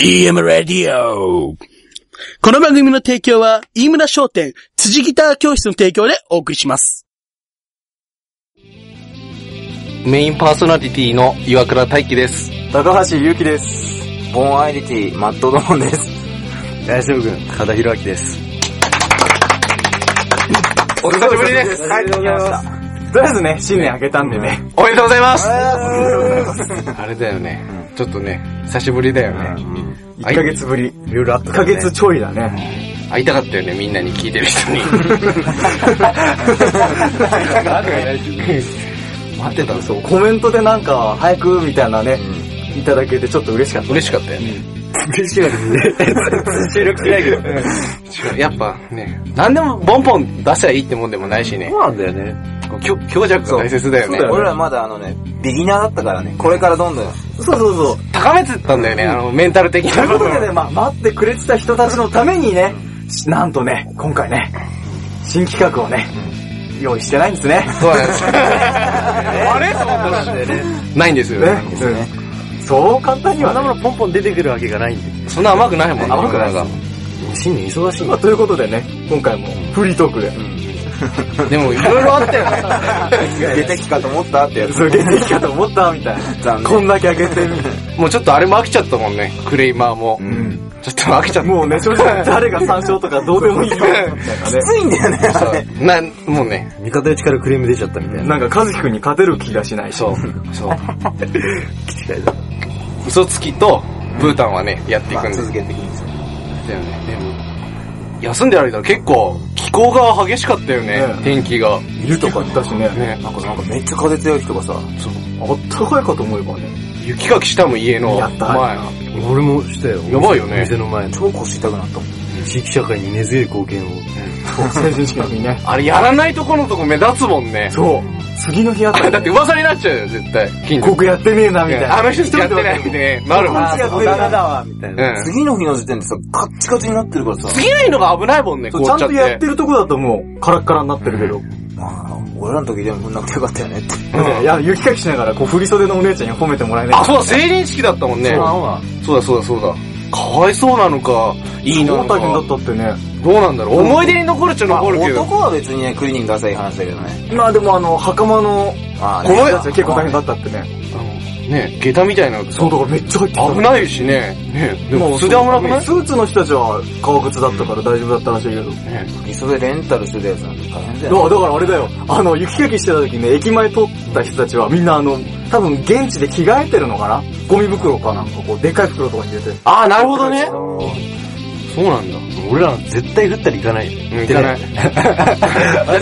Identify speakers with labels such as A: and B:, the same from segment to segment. A: EM ラディオ
B: この番組の提供は、飯村商店、辻ギター教室の提供でお送りします。
C: メインパーソナリティの岩倉大輝です。
D: 高橋ゆうきです。ボーンアイデンティティ、マットドーンです。大将軍、高田博明です。お
C: 久しぶりです
D: 帰ってきました。とりあえずね、新年明けたんでね。
C: おめでとうございます
D: 1
C: あれだよね、ちょっとね、久しぶりだよね。はい
D: ヶ月ぶり。いろいろあった、1ヶ月ちょいだね。
C: 会いたかったよね、みんなに聞いてる人 に。
D: 待ってた、そう。コメントでなんか、早くみたいなね、いただけてちょっと嬉しかった。
C: 嬉しかったよね。
D: 嬉しかった。収録しないけど。
C: 違うやっぱね、何でもボンボン出せばいいってもんでもないしね
E: そ、うなんだよね。
C: 強強弱が大切だよね。
D: 俺らまだあのね、ビギナーだったからね、これからどんどん。
E: そうそうそう。
C: 高めてったんだよね、あの、メンタル的
D: とい
C: な
D: う
C: こ
D: こととでね、まあ、待ってくれてた人たちのためにね、なんとね、今回ね、新企画をね、用意してないんですね。
C: そうなんですよ。あれと思ったらないんですよ。
D: ね、そうね。そう簡単には、
E: そんな
D: ね。
E: ものポンポン出てくるわけがないんで。
C: そんな甘くないもん
D: 甘くない
C: 世の
E: 新年忙しい
D: まあ、ということでね、今回もフリートークで。
C: 中でも、いろいろあったよね。
D: 出てきかと思ったってやつ。そう、出てきかと思ったみたいな。こんだけ開けてる。
C: もうちょっとあれも飽きちゃったもんね、クレイマーも。
D: ん。
C: ちょっと飽きちゃった。
D: もうね、正 直誰が参照とかどうでもいいよ。みたいなね。きついんだよね。
C: そうな、もうね、
E: 味方ちからクレーム出ちゃったみたいな。
D: なんか、和樹くんに勝てる気がしないし。
C: そう、そう。嘘つきと、ブータンはね、やっていくんです。
D: けていいんですよ。
C: だよね。でも、休んでる間結構、気候が激しかったよね
D: ね、
C: 天気が。
D: 湯とか行ったしね。
C: ね、
D: なんか、なんかめっちゃ風強い人がさ、
C: そう。
D: あったかいかと思えばね、
C: 雪かきしたもん、家の
D: や
C: 前
D: っ。た
E: 俺もしたよ。
C: やばいよね
E: 店の前の。
D: 超腰痛くなったもん。
E: 地域社会に根強い貢献を。
D: 成人式の日にね。
C: あれ、やらないとこのとこ目立つもんね。
D: そう。次の日あっ
C: あれ
D: た
C: だって噂になっちゃうよ、絶対。近所
D: 僕やってねえな、みたいな。
C: あの人やってないみたいな、なるもん。
D: あそうだなだわ
E: みたい。
C: うん。
D: 次の日の時点でさ、カッチカチになってるからさ。
C: 次ないのが危ないもんね、
D: そうち
C: 凍
D: ゃ
C: っ
D: ん
C: ちゃっ
D: と
C: て。
D: やってるとこだともう、カラッカラになってるけど。
F: まあ、俺らの時でもこんなくてよかったよねって。
D: いや、雪かきしながら、こう、振り袖のお姉ちゃんに褒めてもらえない。
C: あ、そうだ、成人式だったもんね。そうだ、そうだ、そうだ。かわいそうなのか、いいな
D: 大
C: のか。
D: 田君だったってね。
C: どうなんだろう。思い出に残るっちゃ
F: まあ、
C: 残るけど。
F: 男は別にね、クリーニング浅い話だけどね。
D: まあでもあの、袴の
F: まあ
C: この
F: ね、
D: 人たちは結構大変だったってね。
C: あのね、下駄みたいな。
D: そう、だからめっちゃ入ってきた。
C: 危ないしね。ね、でも普通で危なくない
D: スーツの人たちは革靴だったから大丈夫だったらしいけど。
C: ね
F: 理想でレンタルするやつなんて大変だよ、ね。
D: だだからあれだよ、あの、雪かきしてた時ね、駅前通った人たちはみんなあの、多分現地で着替えてるのかなゴミ袋かなんかこう、でかい袋とかに入れて。
C: ああ、なるほどね。そうなんだ。
E: 俺ら絶対降ったら行かないよ。
C: 行かない。だっ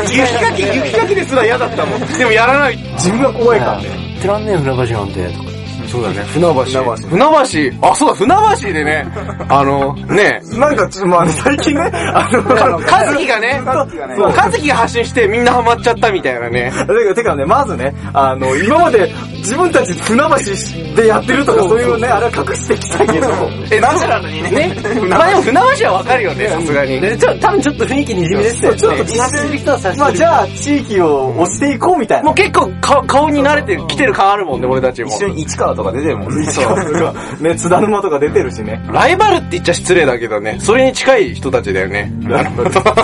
C: て雪かき、雪かきですら嫌だったもん。でもやらない。
D: 自分が怖いからね。
E: 行ってらんねえよ船橋なんて。とか。
C: そうだね、船橋。船橋。あ、そうだ、船橋でね、あの、ね、
D: なんかちょっと、まあ、最近 ね、あの、
C: かずきがね、そうかずきが発信してみんなハマっちゃったみたいなね。
D: だけど、てかね、まずね、あ の、今まで自分たち船橋でやってるとかそういうね、あれは隠してきたけど、
C: え、なんでなのにね。まあでも船橋はわかるよね、さすがに。
E: で、ちょ、多分ちょっと雰囲気にじみ出てたよね。
D: ちょっと
E: 察してる人は察
D: まあ
E: して
D: じ
E: る。
D: ゃあ地域を押していこうみたい
C: も
D: な
C: う。結構か顔に慣れてきてる感あるもんね、俺たちも。
F: 一緒に市川とか出てるもんね。そう。
D: ね、津田沼とか出てるしね。
C: ライバルって言っちゃ失礼だけどね、それに近い人たちだよね。なるほ ど。でも、同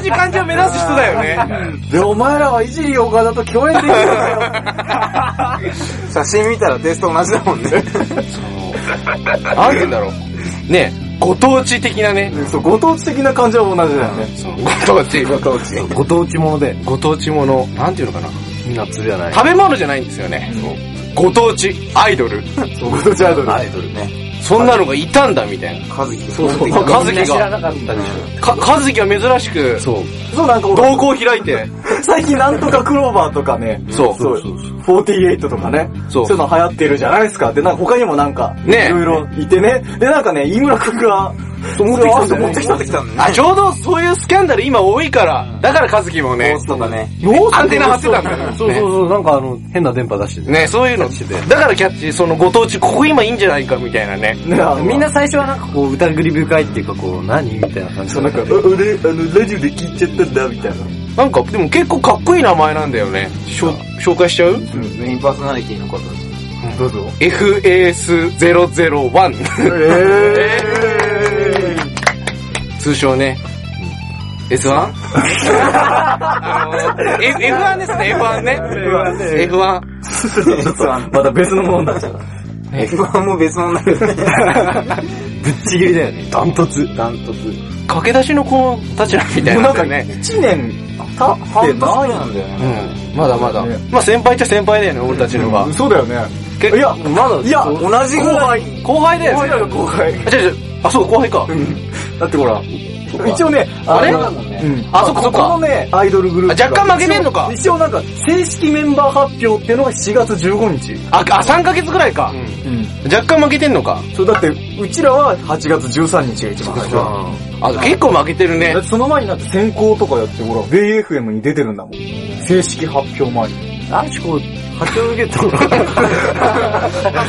C: じ感じを目指す人だよね。
D: で、お前らはいじり岡田と共演できるんだよ。
F: 写真見たらテイスト同じだもんね。
C: なんて言うんだろう。ね、ご当地的なね。
D: そう、ご当地的な感じは同じだよね。
C: そうご当地。
E: ご当地もので、
C: ご当地もの、なんていうのかな。
E: ナッツじゃない。
C: 食べ物じゃないんですよね。ご当地アイドル。
D: そう、ご当地アイドル。
F: アイドルね。
C: そんなのがいたんだみたいな。
F: 和樹そう
C: そう
F: 和
C: 和
F: 樹。
C: 樹が、
E: なかったでし
C: か、和樹が珍しく、
E: そう。
D: そう、なんか俺、
C: 瞳孔開いて、
D: 最近なんとかクローバーとかね、
C: そう。
D: そう、48とかね、
C: そ
D: そうういうの流行ってるじゃないですか。で、なんか他にもなんか、
C: ね
D: いろいろいてね。で、なんかね、飯村くんが、持ってきたんだよ
F: 持って
D: ね
F: き。たってきたんだ
C: あ、
F: ね。
C: ちょうどそういうスキャンダル今多いから、だから和樹も
F: コ
C: ね
F: ー、スとかね。
C: アンテナ張ってたんだよね。
E: そうそうそう、なんかあの、変な電波出してて。
C: ね、そういうの。だからキャッチ、そのご当地、ここ今いいんじゃないかみたいなね。
D: ねあの
E: みんな最初はなんかこう、疑り深いっていうかこう、何みたいな感じ
D: そう、なんか、う俺、あの、ラジオで聞いちゃったんだ、みたいな。
C: なんか、でも結構かっこいい名前なんだよね。しょ紹介しちゃう
F: メインパーソナリティのこと。
D: どうぞ。
C: FAS001。
D: えー
C: 通称ね。S1? あの F- F1 ですね、F1 ね。F1。
D: また別のものになっちゃう。
F: F1 も別物なんですね。
E: ぶっちぎりだよね。ダントツ。ダントツ。
C: 駆け出しの子たちらみたい
D: もう
C: な
D: なんん
C: だ
D: か
C: よね。
D: 1年経ってな
F: なんだよね。
C: うん。まだまだ
D: ね。
C: まあ先輩っちゃ先輩だよね、俺たちのが
D: い。。そうだよね。
C: 結構
D: いや、
F: まだ、
D: いや
F: 同じぐらい。
C: 後輩だ
D: 後
C: よね。
D: 輩だよ、後輩。
C: あ、違う違う。あ、そう、後輩か。
D: だってほら、一応ね、
C: あれ
D: のうん。
C: あそっかそっか
D: このね、アイドルグループが。
C: あ若干負けてんのか
D: 一応一応なんか、正式メンバー発表っていうのが7月15日。
C: あ、あ、3ヶ月ぐらいか。
D: うん。
C: 若干負けてんのか。
D: そう、だって、うちらは8月13日が一番最初。だ
C: あ、結構負けてるね
D: っ。てその前になって選考とかやって、ほら、BFM に出てるんだもん。正式発表前に。
E: 男子こう、発表受けたの
C: あ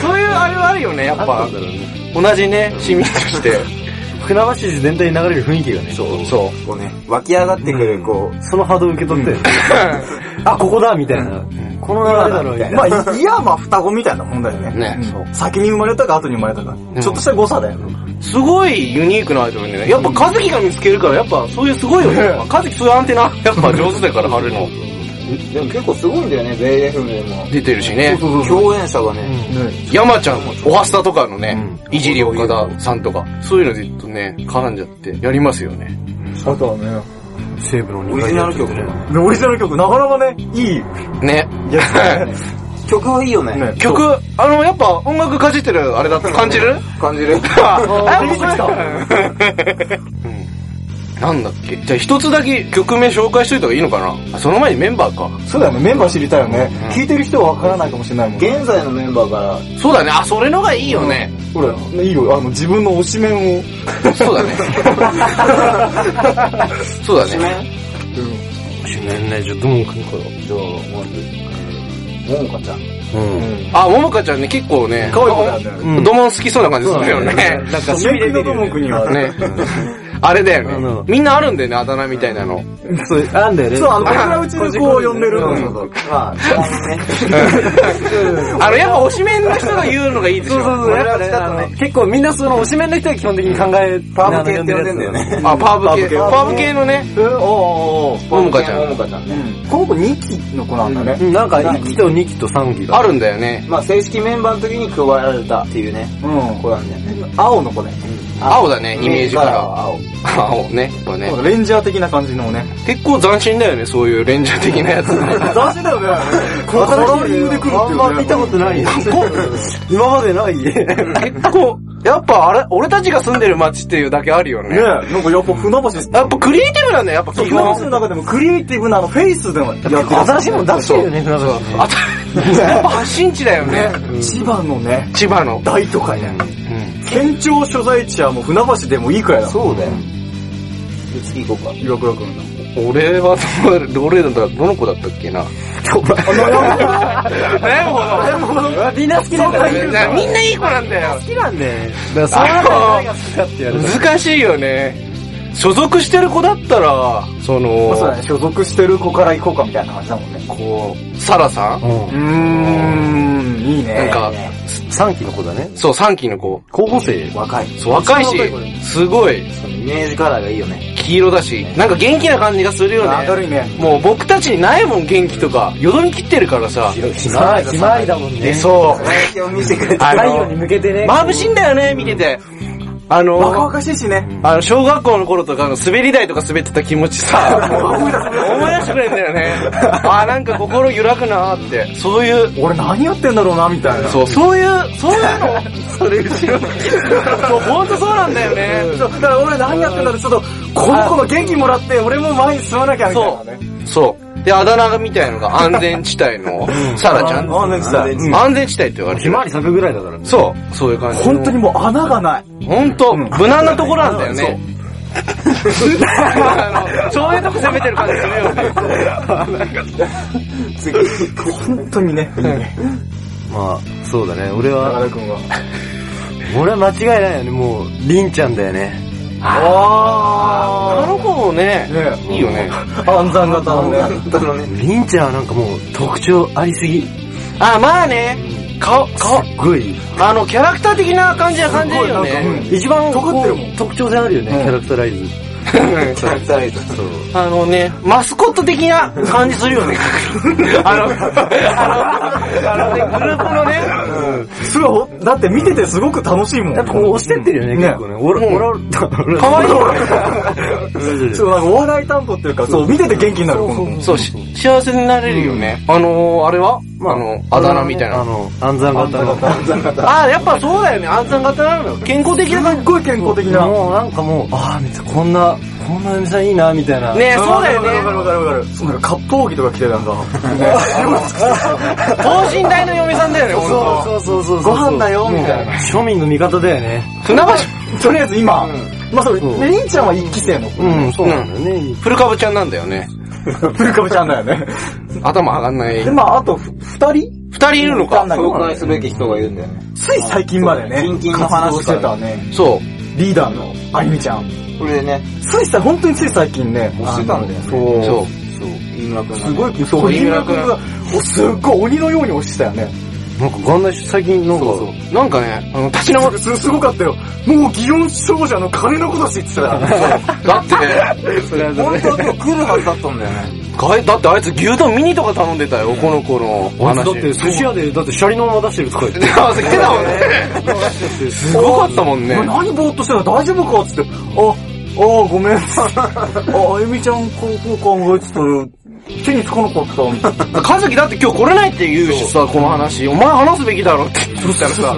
C: そういうあれはあるよね、やっぱ。同じね、市民として。
E: 船橋市全体に流れる雰囲気がね。そう。
C: そ
F: こうね、湧き上がってくる、こ
E: その波動を受け取って、 あ、ここだみたいな。この流れだろみたいな。
D: まあ、いいわば双子みたいなもんだよね。
C: う。ね
D: う。ん先に生まれたか後に生まれたか。ちょっとした誤差だよ。
C: すごいユニークなアイドルでね。やっぱ、和樹が見つけるから、やっぱ、そういうすごいよね。和樹そういうアンテナ、やっぱ上手だから、張るの。
F: う。でも結構すごいんだよね、BFM でも。
C: 出てるしね。
F: 共演者がね、
D: ね
C: 山ちゃんも、おはスタとかのね、いじり岡田さんとか、そういうのでずっとね、絡んじゃって、やりますよね。
D: あとはね、
E: 西部の
F: オ
E: 二
F: リジナル曲。
D: でオリジナル曲、なかなかね、いい。
C: ね。
F: 曲はいいよね。
D: ね
C: 曲、あの、やっぱ、音楽かじってる、あれだった感じる
F: 感じる。
C: あ、出てきた。なんだっけじゃあ一つだけ曲名紹介しといた方がいいのかなあその前にメンバーか。
D: そうだよね、メンバー知りたいよね。聞いてる人はわからないかもしれないもん。
F: 現在のメンバーから、
C: そうだね。あ、それのがいいよね。
D: ほら、いいよ、あの、自分の推しメンを。
C: そうだね。そうだね。
E: 年内じゃどうも来るから。
F: じゃあ、まず、ももかちゃん。
E: うん。
C: あ、ももかちゃんね、結構ね、
D: 可愛い子だよね。
E: うん
C: ドモン好きそうな感じするよね。
E: なんか、
D: メイクのども国はね。
C: ね。 あれだよ
E: あ
C: ね
E: の。
C: みんなあるんだよね、あだ名みたいなの。
E: そう、あんだよね。
D: そう、あの、僕らうちでこう呼んでるの。
F: まあ、
C: あの、やっぱ推しメンの人が言うのがいいでしょ。
E: そうそう、やっぱね、あの結構みんなその、おしめの人が基本的に考え、
F: パーム系って呼んでんだよ
E: ね。
F: ね。
C: あ、パーブ系。
D: パーブ系
C: パーブ系のね、
D: え、おーおー
C: ももかちゃ
F: も
C: ん。
F: もかちゃんね。
D: この子2期の子なんだ
E: う
D: ね。
E: ん、なんか、1期と2期と3期が。
C: あるんだよね。
F: まあ、正式メンバーの時に加えられたっていうね、
D: うん。
F: 子なんだよね。
D: 青の子だよね。
C: 青だね、イメージか
F: カラー
C: ら。
F: は青。
C: 青ね、やっぱね。
D: レンジャー的な感じのね。
C: 結構斬新だよね、そういうレンジャー的なやつ。
D: 斬新だよね。カラーリングで来るっていうね。
E: あんま見たことないよ。今までない。
C: 結構、やっぱあれ、俺たちが住んでる街っていうだけあるよ
D: ね
C: ね。
D: なんかやっぱ船橋
C: やっぱクリエイティブなんだよ、やっぱ基
D: フランス
C: 本。
D: の中でもクリエイティブなあのフェイスでもやってる。
E: 新しいもん出してるよね、船橋ね。
C: あたやっぱ発信地だよね。
D: 千葉のね、
C: 千葉の。
D: 大都会ね。県庁所在地はもう船橋でもいいくらいだ。
F: そうだよ。で、次行こうか。
D: 岩倉くんの。
C: 俺はどの、どれだった、どの子だったっけな。なるほど。
E: みんな好きなんだよ。
C: な みんないい子なんだよ。
E: 好きなんだよ。だから、その中で誰が好きかって言われたら。
C: 難しいよね。所属してる子だったら、そ
D: まあそうだ
C: の、
D: ね、所属してる子から行こうかみたいな感じだもんね。
C: こう、サラさん
E: う
D: うーん、いいね。
C: なんか、
E: ん。3期の子だね。
C: そう、3期の子。
E: 候補生。
F: 若い。
C: そう、若いし、すごい、
F: そのイメージカラーがいいよね。
C: 黄色だし、なんか元気な感じがするよね。
D: 明るいね。
C: もう僕たちにないもん元気とか、よどみ切ってるからさ。
E: ひまわり、ひまわりだもんね。
C: そう。
F: 輝きを見せてくれた。
C: あ
E: 太陽に
C: の、
E: 向けてね。
C: 眩しいんだよね、見てて。あ
D: 若
C: の、
D: 々しいしね。
C: あの、小学校の頃とか、あの、滑り台とか滑ってた気持ちさ、思い出してくれるんだよね。あー、なんか心揺らぐなーって。そういう、
D: 俺何やってんだろうな、みたいな。
C: そう、そういう、そういうの、それ後ろそう、ほんとそうなんだよね。
D: そうだから俺何やってんだろう、ちょっと、この子の元気もらって、俺も前に進まなきゃ、みたいなね。
C: そう。で、あだ名みたいのが安全地帯の、サラちゃん。
D: あなんかさ
C: うん安全地帯って言われて
E: ひ
C: る
E: ま。わり咲くぐらいだからね。
C: そう、そういう感じ。
D: 本当にもう穴がない。
C: 本当、無難なところなんだよね。 あのそういうとこ攻めてる感じするよね。
D: 本当にね。
E: まあ、そうだね。俺
D: 中
E: は、
D: 田くんは。
E: 俺は間違いないよね。もう、りんちゃんだよね。
C: あ
D: あ
C: の子もね、
D: ね
C: いいよね。
D: 暗算型のね。
E: りんちゃんはなんかもう、特徴ありすぎ。
C: あ、まあね。顔、顔、
E: すっごい。
C: あの、キャラクター的な感じは感じるよ
D: すごいなん
C: ね。
E: 一番
D: 尖ってるもん
E: こう特徴性あるよね、キャラクターライズ。
F: キャラクターライズ。
C: あのね、マスコット的な感じするよね。 あの、あの、あのね、グループのね、
D: それは、だって見ててすごく楽しいもん。
E: やっぱこう押してってるよね、
D: ね
E: 結構ね。オラ、オラ、オラ
C: かわいいよね。
D: そう、なんかお笑い担保っていうか、そう、見てて元気になる。この
C: そう、し幸せになれるよね。あのー、あれはあの、あだ名みたい
E: あ
C: な。
E: の、暗算型の。
C: あー、やっぱそうだよね。安産型なのよ。健康的な感
D: すっごい健康的な。
E: もうなんかもう、ああ、めっちゃこんな、こんなお店さんいいな、みたいな。
C: じ。ねそうだよ
D: わ
C: ね。
D: かるわかるわかるわかる。そう、なんか、割烹着とか着てなんか。
C: 等身大の嫁さんだよね、ほんと。
E: そうそうそうそ
D: ご
E: う。
D: 飯だよみたいな
E: もう庶民の味方だよね。
C: 船橋、
D: とりあえず今、まあそう、ねりんちゃんは一期生の。
E: うん、そうなんだよね。
C: 古株ちゃんなんだよね。
D: プルカブちゃんだよ ね。
C: 頭上がんない
D: で、。まああと、ふ二人
C: 二人いるのか。
F: 紹介すべき人がいるんだよね。
D: つい最近までね、
F: 近々の話
D: 活動してたね。
C: そう。
D: リーダーのあゆみちゃん。
F: これでね、
D: ついさ、本当につい最近ね、
F: 押してたんだよね。
D: そう。
C: そう。
F: そう。飯村くん
D: す
F: い。
D: ごい、そう、
C: 飯
D: 飯
C: 村
D: 村
C: 君
D: 君が、おすっごい鬼のように押してたよね。
E: なんかこんな最近、なんか、
C: なんかね、あの、立ち直る。
D: す、すごかったよ。もう、祇園少女の金のこと知ってた から。
C: だって、それは
F: 本当は今日来るはずだったんだよね。
C: だってあいつ牛丼ミニとか頼んでたよ、この子の
E: あい
C: 話。
E: つ だって寿司屋で、だってシャリのまま出してるとか言って。
C: あ、来てたもんね。すごかったもんね。
D: お前何ぼーっとしてた大丈夫かっつって、あ、ああ、ごめん。 あ、あゆみちゃん、こう、こう考えてたら、手につかなかったみたいな。
C: かずきだって今日来れないって言うしさ、この話。お前話すべきだろって言ったらさ、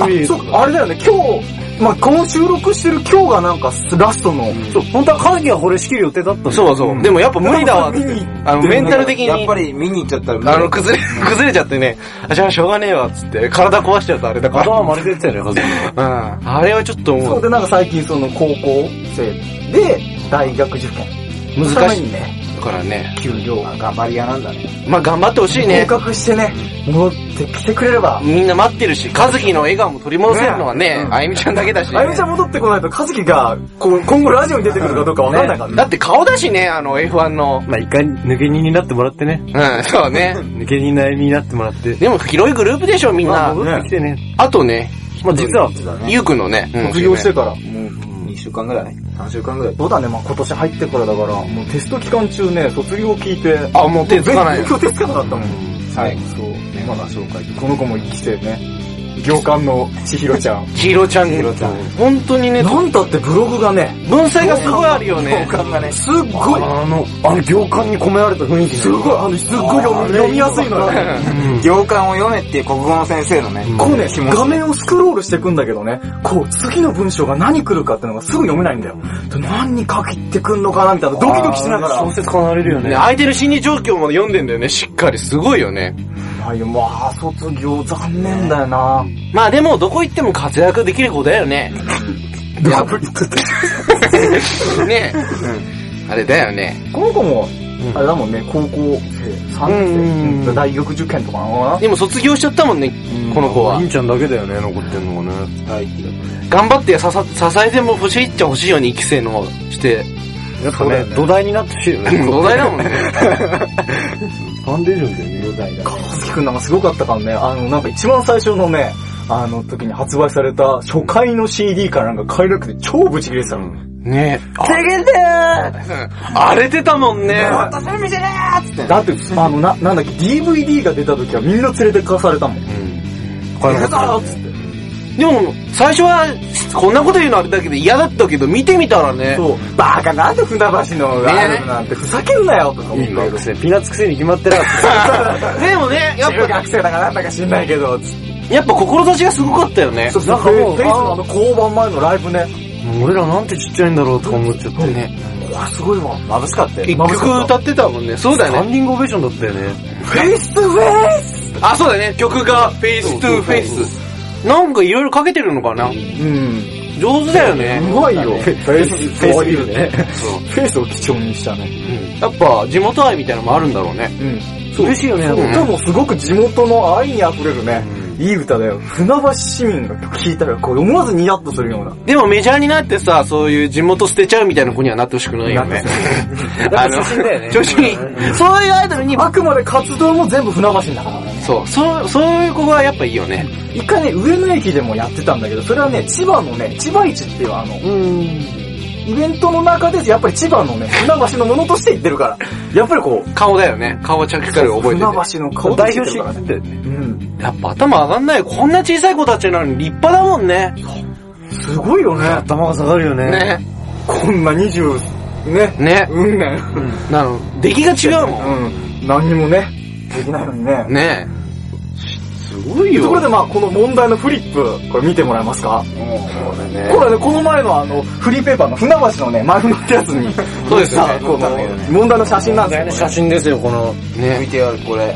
E: 無 理。
D: そう、あれだよね、今日、まあ、この収録してる今日がなんか、ラストの、
E: そう、本当はカズキが惚れしきる予定だったんだよ
C: そうそう。でもやっぱ無理だわって
D: 見に行っ。て
C: あの、メンタル的
F: やっぱ
C: に。
F: り見に行っちゃったら、
C: あの、崩れ、崩れちゃってね。あ、じゃあしょうがねえわ、つって。体壊しちゃうとあれだか
E: 頭
C: ら。
E: まれてたよね、カズキ。
C: うん。あれはちょっと
D: そ
C: 思
D: う
C: う。
D: で、なんか最近その、高校生で、大学受験。
C: 難しい
D: いね。
C: からね。
D: 給料が
F: 頑張り屋なんだね。
C: まあ頑張ってほしいね。
D: 合格してね、戻ってきてくれれば。
C: みんな待ってるし、かずきの笑顔も取り戻せるのはね
D: う、ん
C: あゆみちゃんだけだし。
D: あゆみちゃん戻ってこないと、かずきが、こう、今後ラジオに出てくるかどうかわかんないから
C: だって顔だしね、あの F1 の。
E: まあ一回抜け人になってもらってね。
C: うん、そうね。
E: 抜け人なりになってもらって。
C: でも広いグループでしょ、みん
E: まあ
C: な。
E: 戻ってきてね。
C: あとね、
E: まあ実は、
C: ゆうくんのね。うん
D: 卒業してから。
F: もう、2週間ぐらい ?3 週間ぐらい
D: そうだね、まあ今年入ってからだから、もうテスト期間中ね、卒業聞いて、
C: あ、もう手つかない
D: 勉
C: よ。
D: 強手つかなかったもん。
F: はい。
D: そう、まだ紹介。この子も生きてね、行間の千尋ちゃん。
C: ひろちゃん。本当にね、
D: なんだってブログがね、
C: 文才がすごいあるよね。
D: すっごい、
E: あの、あの行間に込められた雰囲気
D: すごい、あの、すっごい読み読みやすいのよ。
F: 行間を読めっていう国語の先生のね、
D: こうね、
F: 気持ち
D: 画面をスクロールしていくんだけどね、こう、次の文章が何来るかってのがすぐ読めないんだよ。で何に書きってくんのかなみたいな、ドキドキしながら。
E: 小説家になれるよ
C: ね
E: ね。
C: 相手の心理状況まで読んでんだよね、しっかり。すごいよね。
D: はい、まあ、卒業残念だよな。
C: まあでも、どこ行っても活躍できる子だよ ね。
D: やぶりつ
C: ね。あれだよね。
D: この子も、あれだもんね、高校生、3年
E: う
D: 生、
E: ん
D: 大学受験とかなのか
C: でも卒業しちゃったもんね、この子は
E: り。んちゃんだけだよね、残ってんのがね。
F: 大気だね
C: 頑張ってささ支えても欲しいっちゃ欲しいように、生き生の して。
E: やっぱね、土台になってほしいよね。
C: 土台だもんね。
E: ファンデーションだよね、土台
D: な。かずきくんなんかすごかったからね、あの、なんか一番最初のね、あの時に発売された初回の CD からなんか買えなくて超ブチ切れてたの。
C: ねえ。荒れてたもんね。
D: だって、あの、な、なんだっけ、DVD が出た時はみんな連れてかされたもん。
E: 他の
D: あーっつって。
C: でも、最初は、こんなこと言うのあれだけど嫌だったけど、見てみたらね。
D: そう。バカなんで船橋のがあるなんてふざけんなよとか思っ
E: いい
D: たけ
E: 学
D: ど。
E: 生、ピーナッツ癖に決まってなかっ
C: でもね、やっ
D: 中
C: ぱ、
D: 学生だからなんだか知んないけど、つって。
C: やっぱ志がすごかったよね。
D: なんかもう、フェイスのあの交番前のライブね。
E: た。 もう俺らなんてちっちゃいんだろうとか思っちゃって。
C: ね
D: これすごいわ。
F: 眩しかったよ。
C: 結局歌ってたもんね。そうだ
E: スタ
C: よね。
E: ンディングオベーションだったよね。
D: フェイスとフェイス
C: あ、そうだよね。曲が、フェイストゥーフェイス。なんかいろいろかけてるのかな
D: うん。
C: 上手だよね。
D: うまいよ。フェイス、フェイスビルね。フェイスを基調にしたね。
C: やっぱ、地元愛みたいなのもあるんだろうね。
D: うん。
E: 嬉しいよね、
C: う
D: 歌もすごく地元の愛に溢れるね。いい歌だよ。船橋市民が聴いたら、こう、思わずニヤッとするような。
C: でもメジャーになってさ、そういう地元捨てちゃうみたいな子にはなってほしくないよね。 あの、初心、そういうアイドルに、
D: あくまで活動も全部船橋だからね。
C: そう。そう、そういう子がやっぱいいよね。
D: 一回ね、上野駅でもやってたんだけど、それはね、千葉のね、千葉市っていうあの、イベントの中で、やっぱり千葉のね、船橋のものとして行ってるから。やっぱりこう、
C: 顔だよね。顔はちゃっかり覚えて
D: 船
C: て。
D: 橋の顔と
E: 代
D: して
E: 表
D: る
E: して
D: から
E: る
D: ね。
E: んだよね。
D: うん。
C: やっぱ頭上がんない。こんな小さい子たちなのに立派だもんね。
D: すごいよね。
E: 頭が下がるよね。
C: ね。
D: こんな20、ね。
C: ね。
D: うんね。
C: なの。出来が違うもん。
D: うん。何にもね、できないのにね。
C: ねすごい
D: とこ
C: よ。
D: ろでまあ、この問題のフリップ、これ見てもらえますかこれね、この前のあの、フリーペーパーの船橋のね、丸のってやつに、
C: そうですよね
D: さこの、問題の写真なんですよ。
E: 写真ですよ、この。
C: ね。
F: てやる、これ。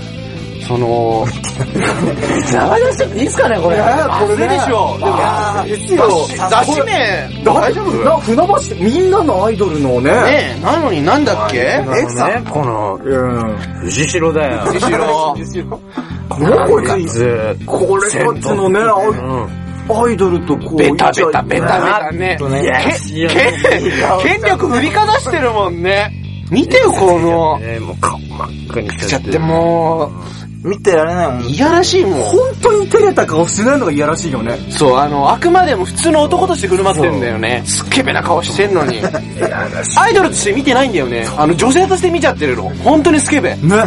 C: その、
D: いやーこれね。でしょ。でも、ですよ。
C: 雑誌名、
D: 大丈夫な、船橋、みんなのアイドルのね。
C: ねなのになんだっけ
E: えね、この、
D: うん。
E: 藤代だよ。
C: 後ろ。
D: これ、これ、
E: こいつ。
D: これこっちのね、
E: う
D: ア
E: ん。
D: イアイドルとこう。
C: ベタベタベ
D: タ。
C: タベタね。
E: とね、
C: け権力振りかざしてるもんね。見てよ、この。
E: ね、もう顔真っ赤にし
C: ちゃっても
F: 見てられないもん
C: う、。いやらしいもん。
D: 本当に照れた顔してないのがいやらしいよね。
C: そう、あの、あくまでも普通の男として振る舞ってんだよね。すっげえべな顔してんの に。アイドルとして見てないんだよね。あの、女性として見ちゃってるの。本当にスケ ベ。
D: ね。もう、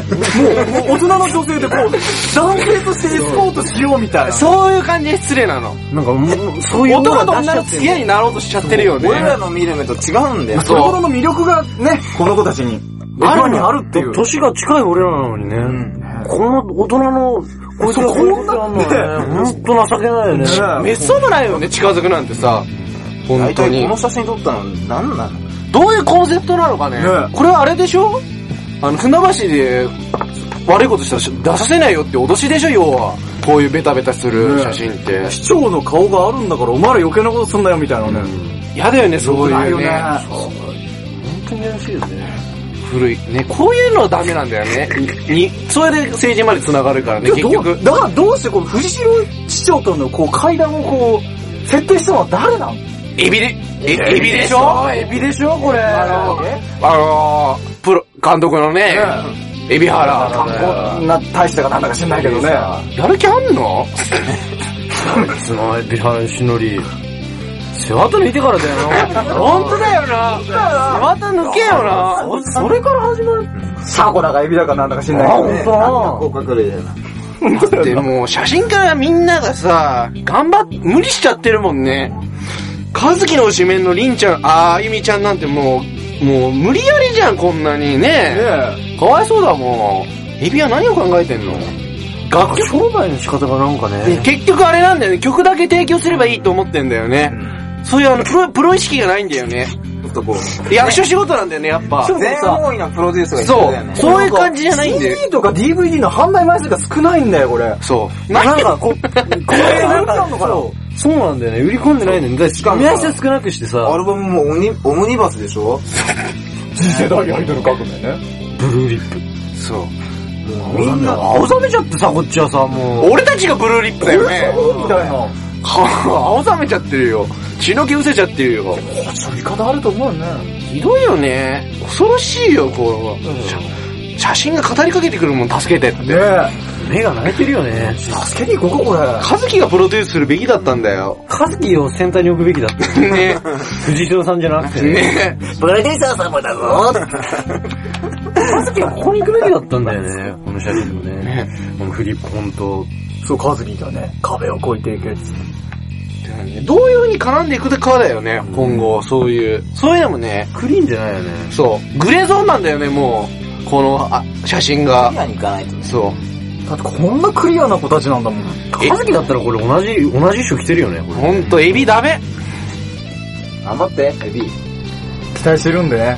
D: 大人の女性でこう、男性としてエスコートしようみたいな。
C: そういう感じで失礼なの。
E: なんか、もうそういう
C: 男と女の付き合いになろうとしちゃってるよね。
F: 俺らの見る目と違うんだよ。
D: それほどの魅力がね、この子たちに、あるにあるっていう。
E: 年が近い俺らなのにね。この大人の、こいつがこんなのね、ほんと情けないよ
D: ね
E: ね。
C: めっそうもないよね、近づくなんてさ。本
F: 大
C: 当
F: 体
C: に
F: この。写真撮ったの何なの
C: どういうコンセプトなのかね。
D: ね
C: これはあれでしょあの、船橋で悪いことしたらし出させないよって脅しでしょ、要は。こういうベタベタする写真って。
D: 市長の顔があるんだから、お前ら余計なことすんなよみたいなね。
C: 嫌だよね、そう
D: あ
C: い
D: る
C: う
D: よね。
C: ね。古い。ね、こういうのはダメなんだよね。に、それで政治まで繋がるからね、
D: じゃ
C: 結
D: あどう
C: 局。
D: だからどうしてこの藤代市長とのこう会談をこう、設定したのは誰なの
C: エビで、えエビでしょエビでしょこれ。あの、あのー、プロ、監督のね、エビ
D: 観
C: 原。
D: 光な大したかなんだか知らないけどね。
C: やる気あんの
E: そのエビハラシノ リ。世話と抜いてからだよな。
C: 本当だよな。また抜けよな。
D: それから始まる。シャコだかエビだかなんだか知らないけどね。
E: 本
F: 甲殻類だよな。
C: でも、写真からみんながさ、頑張っ、無理しちゃってるもんね。和樹の推しメンのりんちゃん、あーあゆみちゃんなんてもう、もう無理やりじゃん、こんなにね。かわいそうだもん。エビは何を考えてんの楽曲、
E: 商売の仕方がなんかね。
C: 結局あれなんだよね。曲だけ提供すればいいと思ってんだよね。そういうあの、プロ、プロ意識がないんだよね。
F: ちょっとこう。
C: 役所仕事なんだよね、やっぱ。そ
F: 全方位のプロデュースが必要だよ
C: う。
F: ね。
C: そういう感じじゃないんだよ。
D: CD とか DVD の販売枚数が少ないんだよ、これ。
C: そう。
E: なんか、こ、これなんか、そうそうなんだよね。売り込んでないんだよね。しか
F: も
E: 見合わせ少なくして
F: ア
E: さ、
F: ルバムもオニオムニバスでしょ
D: 次世代アイドル革命ね。
E: ブルーリッ
C: そう。
E: プ。みんな、青ざめちゃってさ、こっちはさ、もう。
C: 俺たちがブルーリップだよね。
D: みたいな。
C: は青ざめちゃってるよ。血の気失せちゃってるよ。
D: そういう方あると思うよね。
C: ひどいよね。恐ろしいよ、こう。写写真が語りかけてくるもん、助けてって。
D: ね
E: 目が慣れてるよね。
D: 助けに行こうか、これ。
C: 和樹がプロデュースするべきだったんだ よ。
E: カズキを先端に置くべきだ って。
C: ね。
E: 藤代さんじゃなくてね。
C: ね。
E: プロデューサー様だぞカズキはここに行くべきだったんだよね。この写真もね。このフリップ、ほんと。
D: そう、カズキがね、壁を越えていく。
C: どういう風に絡んでいくかだよね、今後。そういう。そういうのもね、
E: クリーンじゃないよね。
C: そう。グレーゾーンなんだよね、もう。この、あ、写真が
F: ニ。アに行かないとね。
C: そう。
D: だってこんなクリアな子たちなんだもん。
E: カズキだったらこれ同じ、同じ衣装着てるよね、これ。
C: ほんと、エビダメ。
F: 頑張って、エビ。
D: 期待してるんでね。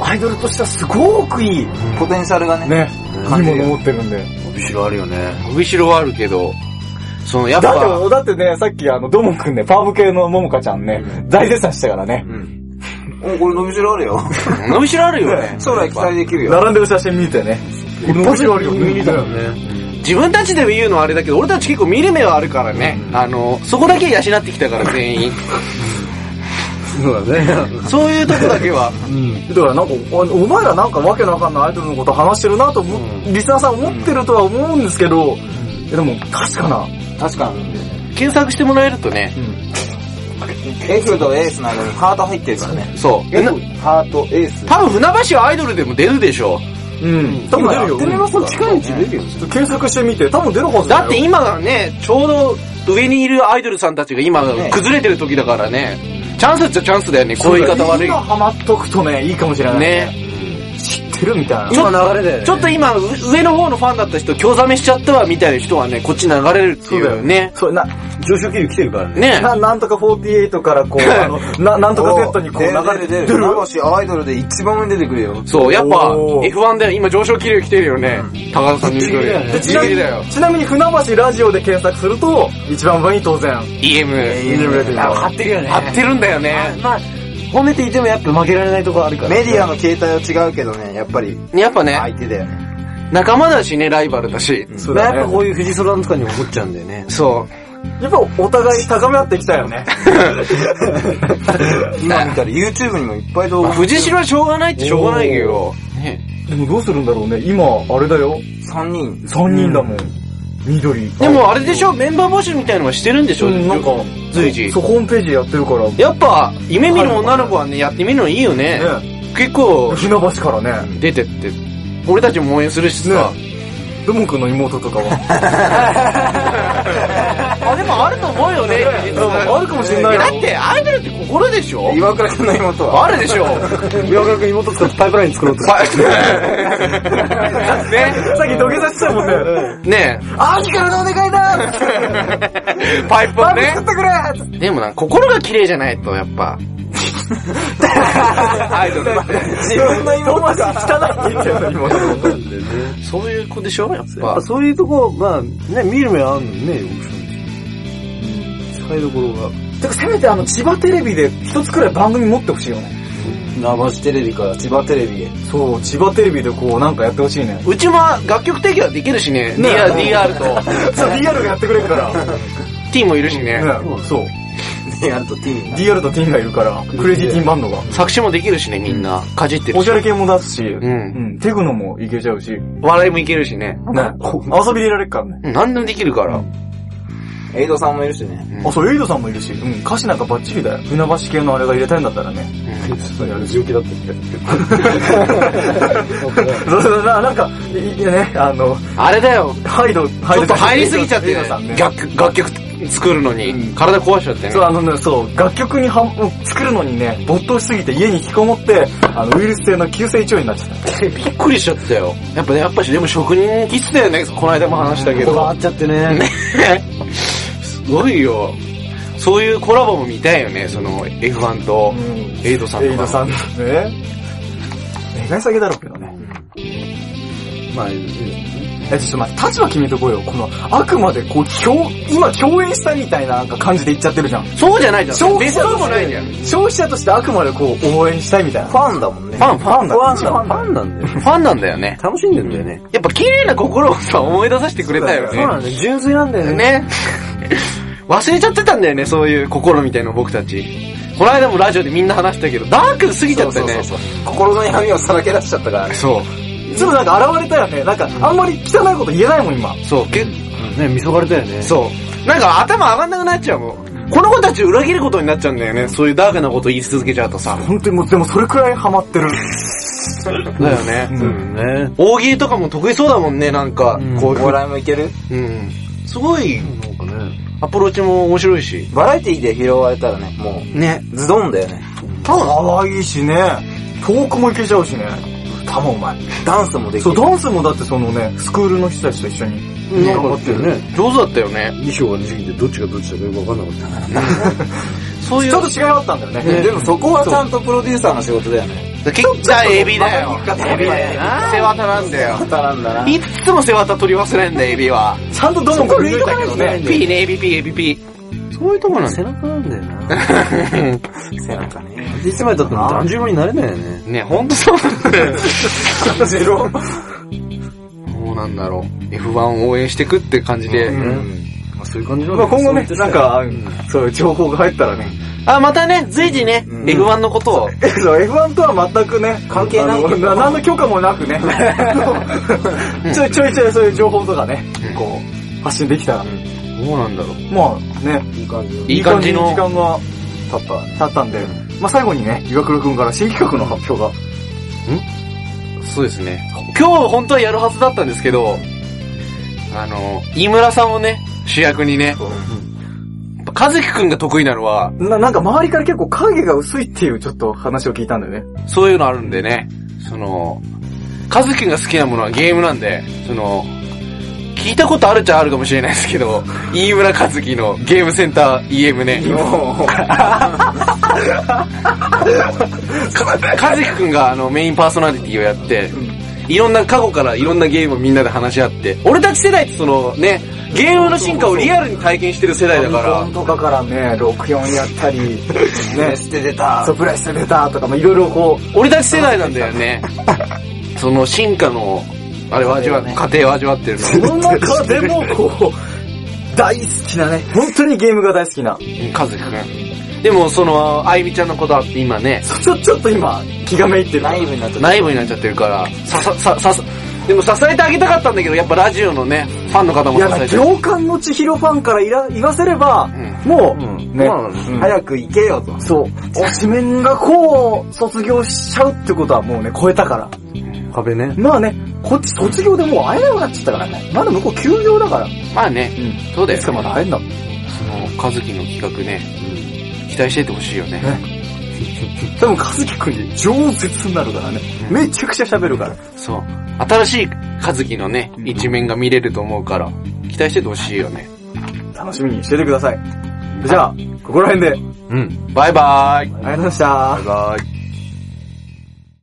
D: アイドルとしてはすごくいい、
F: ポテンシャルがね。
D: ね、
F: うん
D: いいもの持ってるんで。
E: 伸びしろあるよね。
C: 伸びしろはあるけど、その、やっ
D: だ
C: ぱ、
D: って、だってね、さっきあの、ドモくんね、パーブ系のモモカちゃんね、大絶賛したからね。
F: お、これ伸びしろあるよ。
C: 伸びしろあるよ ね。
F: 将来期待できるよ。
D: 並んでる写真見てね。これ面白いよね。
E: ね。
C: 自分たちで言うのはあれだけど、俺たち結構見る目はあるからね。あの、そこだけ養ってきたから全員。
E: そうだね。
C: そういうとこだけは。
D: だからなんか、おお前らなんかわけのわかんないアイドルのこと話してるなと思う、リスナーさん思ってるとは思うんですけど、いやでも、確かな。
F: 確か。
C: 検索してもらえるとね、
F: F とエースなのにハート入ってるからね。
C: そう。な
F: ハート、エース。
C: 多分船橋アイドルでも出るでしょ
D: うん。多分やってみますか
F: 近いうち出るよ。
D: ちょっと検索してみて、多分出るはず
C: う。
D: だよ
C: だって今がね、ちょうど上にいるアイドルさんたちが今
F: ね
C: 崩れてる時だからね、チャンスっちゃチャンスだよね、こういう言い方悪い
D: 今。ハマっとくとね、いいかもしれない。。
C: ね。
D: 知ってるみたいな。
E: 今流れだよね。
C: ちょっと今、う上の方のファンだった人、興ざめしちゃったわ、みたいな人はね、こっち流れるっていうね。
D: そう、な、
E: 上昇気流来てるからね。
C: ね。
D: な、なんとか48からこう、 あの、な、なんとか Z にこう
F: 出る
D: 流れ
F: 出
D: て出
F: る出
D: る
F: る。。名越アイドルで一番上に出てくるよ。
C: そう、やっぱ
D: おー
C: F1 だよ。今上昇気流来てるよね。高田さんの言う通り。
D: でち
C: ギリギ
D: なみ
C: リ
D: に
C: だよ。、
D: ちなみに船橋ラジオで検索すると、一番上に当然、
C: EM。
D: 入れられてるから
E: 張ってるよね。
C: 合ってるんだよね。
E: まあ、褒めていてもやっぱ負けられないとこあるから。
F: メディアの形態は違うけどね、やっぱり
C: やっぱね、
F: 相手だよね。
C: 仲間だしね、ライバルだし。
D: そう
E: まあ
D: だ
E: やっぱこ
D: ね。
E: ういう富士空とかに怒っちゃうんだよね。
C: そう。
D: やっぱお互い高め合っていきたいよ ね。
F: 今見たら YouTube にもいっぱい動
C: まあ
F: 画。
C: 藤代はしょうがないってしょうがないけど。
D: でもどうするんだろうね。今、あれだよ。
F: 3人。
D: 3人だもん。緑。
C: でもあれでしょ、メンバー募集みたいなのはしてるんでしょ
D: うん、なんか、
C: 随時
D: そ。こホームページでやってるから、
C: やっぱ、夢見る女の子はね、やってみるのいいよね。
D: ね、
C: 結構、
D: 船橋からね、
C: 出てって。俺たちも応援するしさ。
D: ドモン君の妹とか は。
C: あ、でもあると思うよね。
D: あるかもしれないよ
C: だって、アイドルって心でしょ
F: 岩倉君の妹は。
C: あるでしょ
E: 岩倉君妹使ってパイプライン 作ろうと。
C: ね。
D: さっき土下座してたもんね。
C: ね
F: アーティカルのお願いだ
C: パイプをね
F: 作。ってくれ
C: でもなんか心が綺麗じゃないと、やっぱ。アイドルって。
D: 自分の妹は汚いって言ってたよ、今。
C: そういう子でしょやっ
E: やっ
C: ぱ
E: ぱ。そういうとこ、まあ、ね、見る目あんのね、オプションって。使いどころが。
D: てか、せめてあの、千葉テレビで一つくらい番組持ってほしいよね。
F: 生橋テレビから千葉テレビへ。
D: そう、千葉テレビでこう、なんかやってほしいね。
C: うちも楽曲提供はできるしね。
D: ね
C: DR, DR と
D: そう、DR がやってくれるから。
C: T もいるしね。
D: ね、そう。
F: やると T になる。
D: DR とティンがいるから、クレイジーティンバンドが。
C: 作詞もできるしね、みんな。かじってる
D: お
C: し。
D: しゃれ系も出すし、
C: う。
D: うんん、テクノもいけちゃうし、ね、
C: 笑いもいけるしね。
D: 遊びでいられるからね。
C: うん何でもできるから。
F: エイドさんもいるしね。
D: あ、そう、エイドさんもいるし、うん、歌詞なんかバッチリだよ。船橋系のあれが入れたいんだったらね。そうやる病気だって そうそうななんか、いいやね、あの、
C: あれだよ。
D: ハイド、ハイ
C: ち
D: ド
C: ょっと入りすぎちゃって
D: エイ
C: ね
D: ドさんね。
C: 楽曲楽曲作るのに。体壊しちゃってね
D: そう、。あのね、そう、楽曲にはもう作るのにね、没頭しすぎて家に引きこもって、あの、ウイルス性の急性胃腸炎になっちゃった。
C: びっくりしちゃったよ。やっぱね、やっぱし、でも職人気質だよね。この間も話したけど。
E: あっちゃってね。
C: すごいよ。そういうコラボも見たいよね、その F1 と
D: ん
C: エイドさん
D: エイ
C: と
D: ド
C: か。
D: さんですね。願い下げだろうけどね。
E: まあ、
D: え、ちょっと待って、立場決めてこいよ。この、あくまでこう、共、今共演したみたいななんか感じで言っちゃってるじゃん。
C: そうじゃないじゃん。
D: 消費
C: 別
D: 者
C: 荘
D: と
C: もないじゃん。
D: して、消費者としてあくまでこう、応援したいみたいな。
F: ファンだもんね。
C: ファン、ファンだ。
E: ファンファンなんだよね。
C: ファンなんだよね。
E: 楽しんでんだよね。
C: やっぱ綺麗な心をさ、思い出させてくれたよ
E: そう
C: ね。
E: なんだよ。純粋なんだよね。
C: ね。忘れちゃってたんだよね、そういう心みたいの僕たち。この間もラジオでみんな話したけど、ダークすぎちゃったよね。そう
F: 心の闇をさらけ出しちゃったからね。
D: ちょっとなんか現れたよね。なんか、あんまり汚いこと言えないもん、今。
C: そう、け
E: ね、見そがれたよね。
C: そう。なんか頭上がんなくなっちゃうもん。この子たち裏切ることになっちゃうんだよね。そういうダークなこと言い続けちゃうとさ。
D: 本当にもう、でもそれくらいハマってる。
C: だよね。
E: うんね。
C: 大喜利とかも得意そうだもんね、なんか、こう
F: お
C: いう
F: 笑いもいける
C: ふううん。すごい、
E: なんかね。
C: アプローチも面白いし。
F: バラエティで拾われたらね、も
C: ね。
F: う、ズドンだよね。
D: 可愛いしね。トークもいけちゃうしね。歌もうまい。
F: ダンスもでき
D: そう、
F: る。
D: ダンスもだってそのね、スクールの人たちと一緒に。
E: なんかあってるね。
C: 上手だったよね。
E: 衣装が似すぎてどっちがどっちだかよくわかんなかった。
C: そうい
D: ち
C: う
D: ょっと違いあったんだよね。
F: でもそこはちゃんとプロデューサーの仕事だよね。、
C: 結果エビだよ。エビだよな。背わたなんだよ。
F: たなんだな。
C: いっつも背わた取り忘れんだよ、エビは。
D: ちゃんとどうも気づいたけどね。
C: P ね、エビ P、エビ P。そういうとこなんだ
E: 背
C: よ。
E: 中なんだよ な。
F: 背中ね。
E: いつまでたっても團十郎になれないよね。
C: ね、ほんとそうなんだよ。
F: ジロ
C: どうなんだろう。F1 を応援してくって感じで。
E: まあそういう感じなん
D: ま
E: だ
D: あ
E: けど
D: 今後ね、
E: そういう
D: なんか、そういう情報が入ったらね。
C: あ、またね、随時ね、F1 のことを。
D: えそう F1 とは全くね、
F: 関係ないけど
D: あの 何の許可もなくね、ちょいちょいちょいそういう情報とかね、こう、発信できたら、
E: どうなんだろう。
D: まあね、
F: いい感じの。
C: いい感じの
D: いい感じに時間が経った、経ったんで、まあ最後にね、岩倉くんから新企画の発表が、
C: そうですね。今日本当はやるはずだったんですけど、あの、飯村さんをね、主役にね、やっぱ和樹くんが得意なのは、
D: ななんか周りから結構影が薄いっていうちょっと話を聞いたんだ よね。
C: そういうのあるんでね、その、和樹くんが好きなものはゲームなんで、その、聞いたことあるっちゃあるかもしれないですけど、飯村和樹のゲームセンター EM ね、 和樹くんがあのメインパーソナリティをやって、いろんな過去からいろんなゲームをみんなで話し合って、俺たち世代ってそのね、ゲームの進化をリアルに体験してる世代だか
D: ファ
C: ら
D: ミ、コンとかからね、64やった り、ね、
F: 捨ててた。
D: そう、プライス出たとか、まあいろいろこ
C: 俺たち世代なんだよね。その進化の、あれを味わ、過程を味わってる
D: う、その 中でもこう、大好きなね、本当にゲームが大好きな、
C: の、和樹くん。でもその、あゆみちゃんのことあって今ね、
D: ちょ、ちょっと今、気がめいってる。
F: 内部になっちゃった。
C: 内部になっちゃってるから、ささ、さ、さ、でも支えてあげたかったんだけど、やっぱラジオのね、ファンの方も
D: い
C: 支
D: や、な
C: え
D: んか
C: てる。
D: 行間の千尋ファンからいら言わせれば、もう、ね、うん
F: 早く行けよと。
D: そう、推しメンがこう、卒業しちゃうってことはもうね、超えたから。
E: 壁ね。
D: まあね、こっち卒業でもう会えなくなっちゃったからね。まだ向こう休業だから。い
C: まあね、
D: ん
C: そうだよ
D: つかま
C: ね。
D: だ会えんだもん。
C: その、和樹の企画ね、期待しててほしいよね。
D: 多分、和樹くんに饒舌になるからね。めちゃくちゃ喋るから。
C: そう。新しい和樹のね、一面が見れると思うから、期待しててほしいよね。
D: 楽しみにしててください。じゃあ、ここら辺で、あり
E: うん。
C: バイバーイ。
D: がとうございました。
E: バイバイ。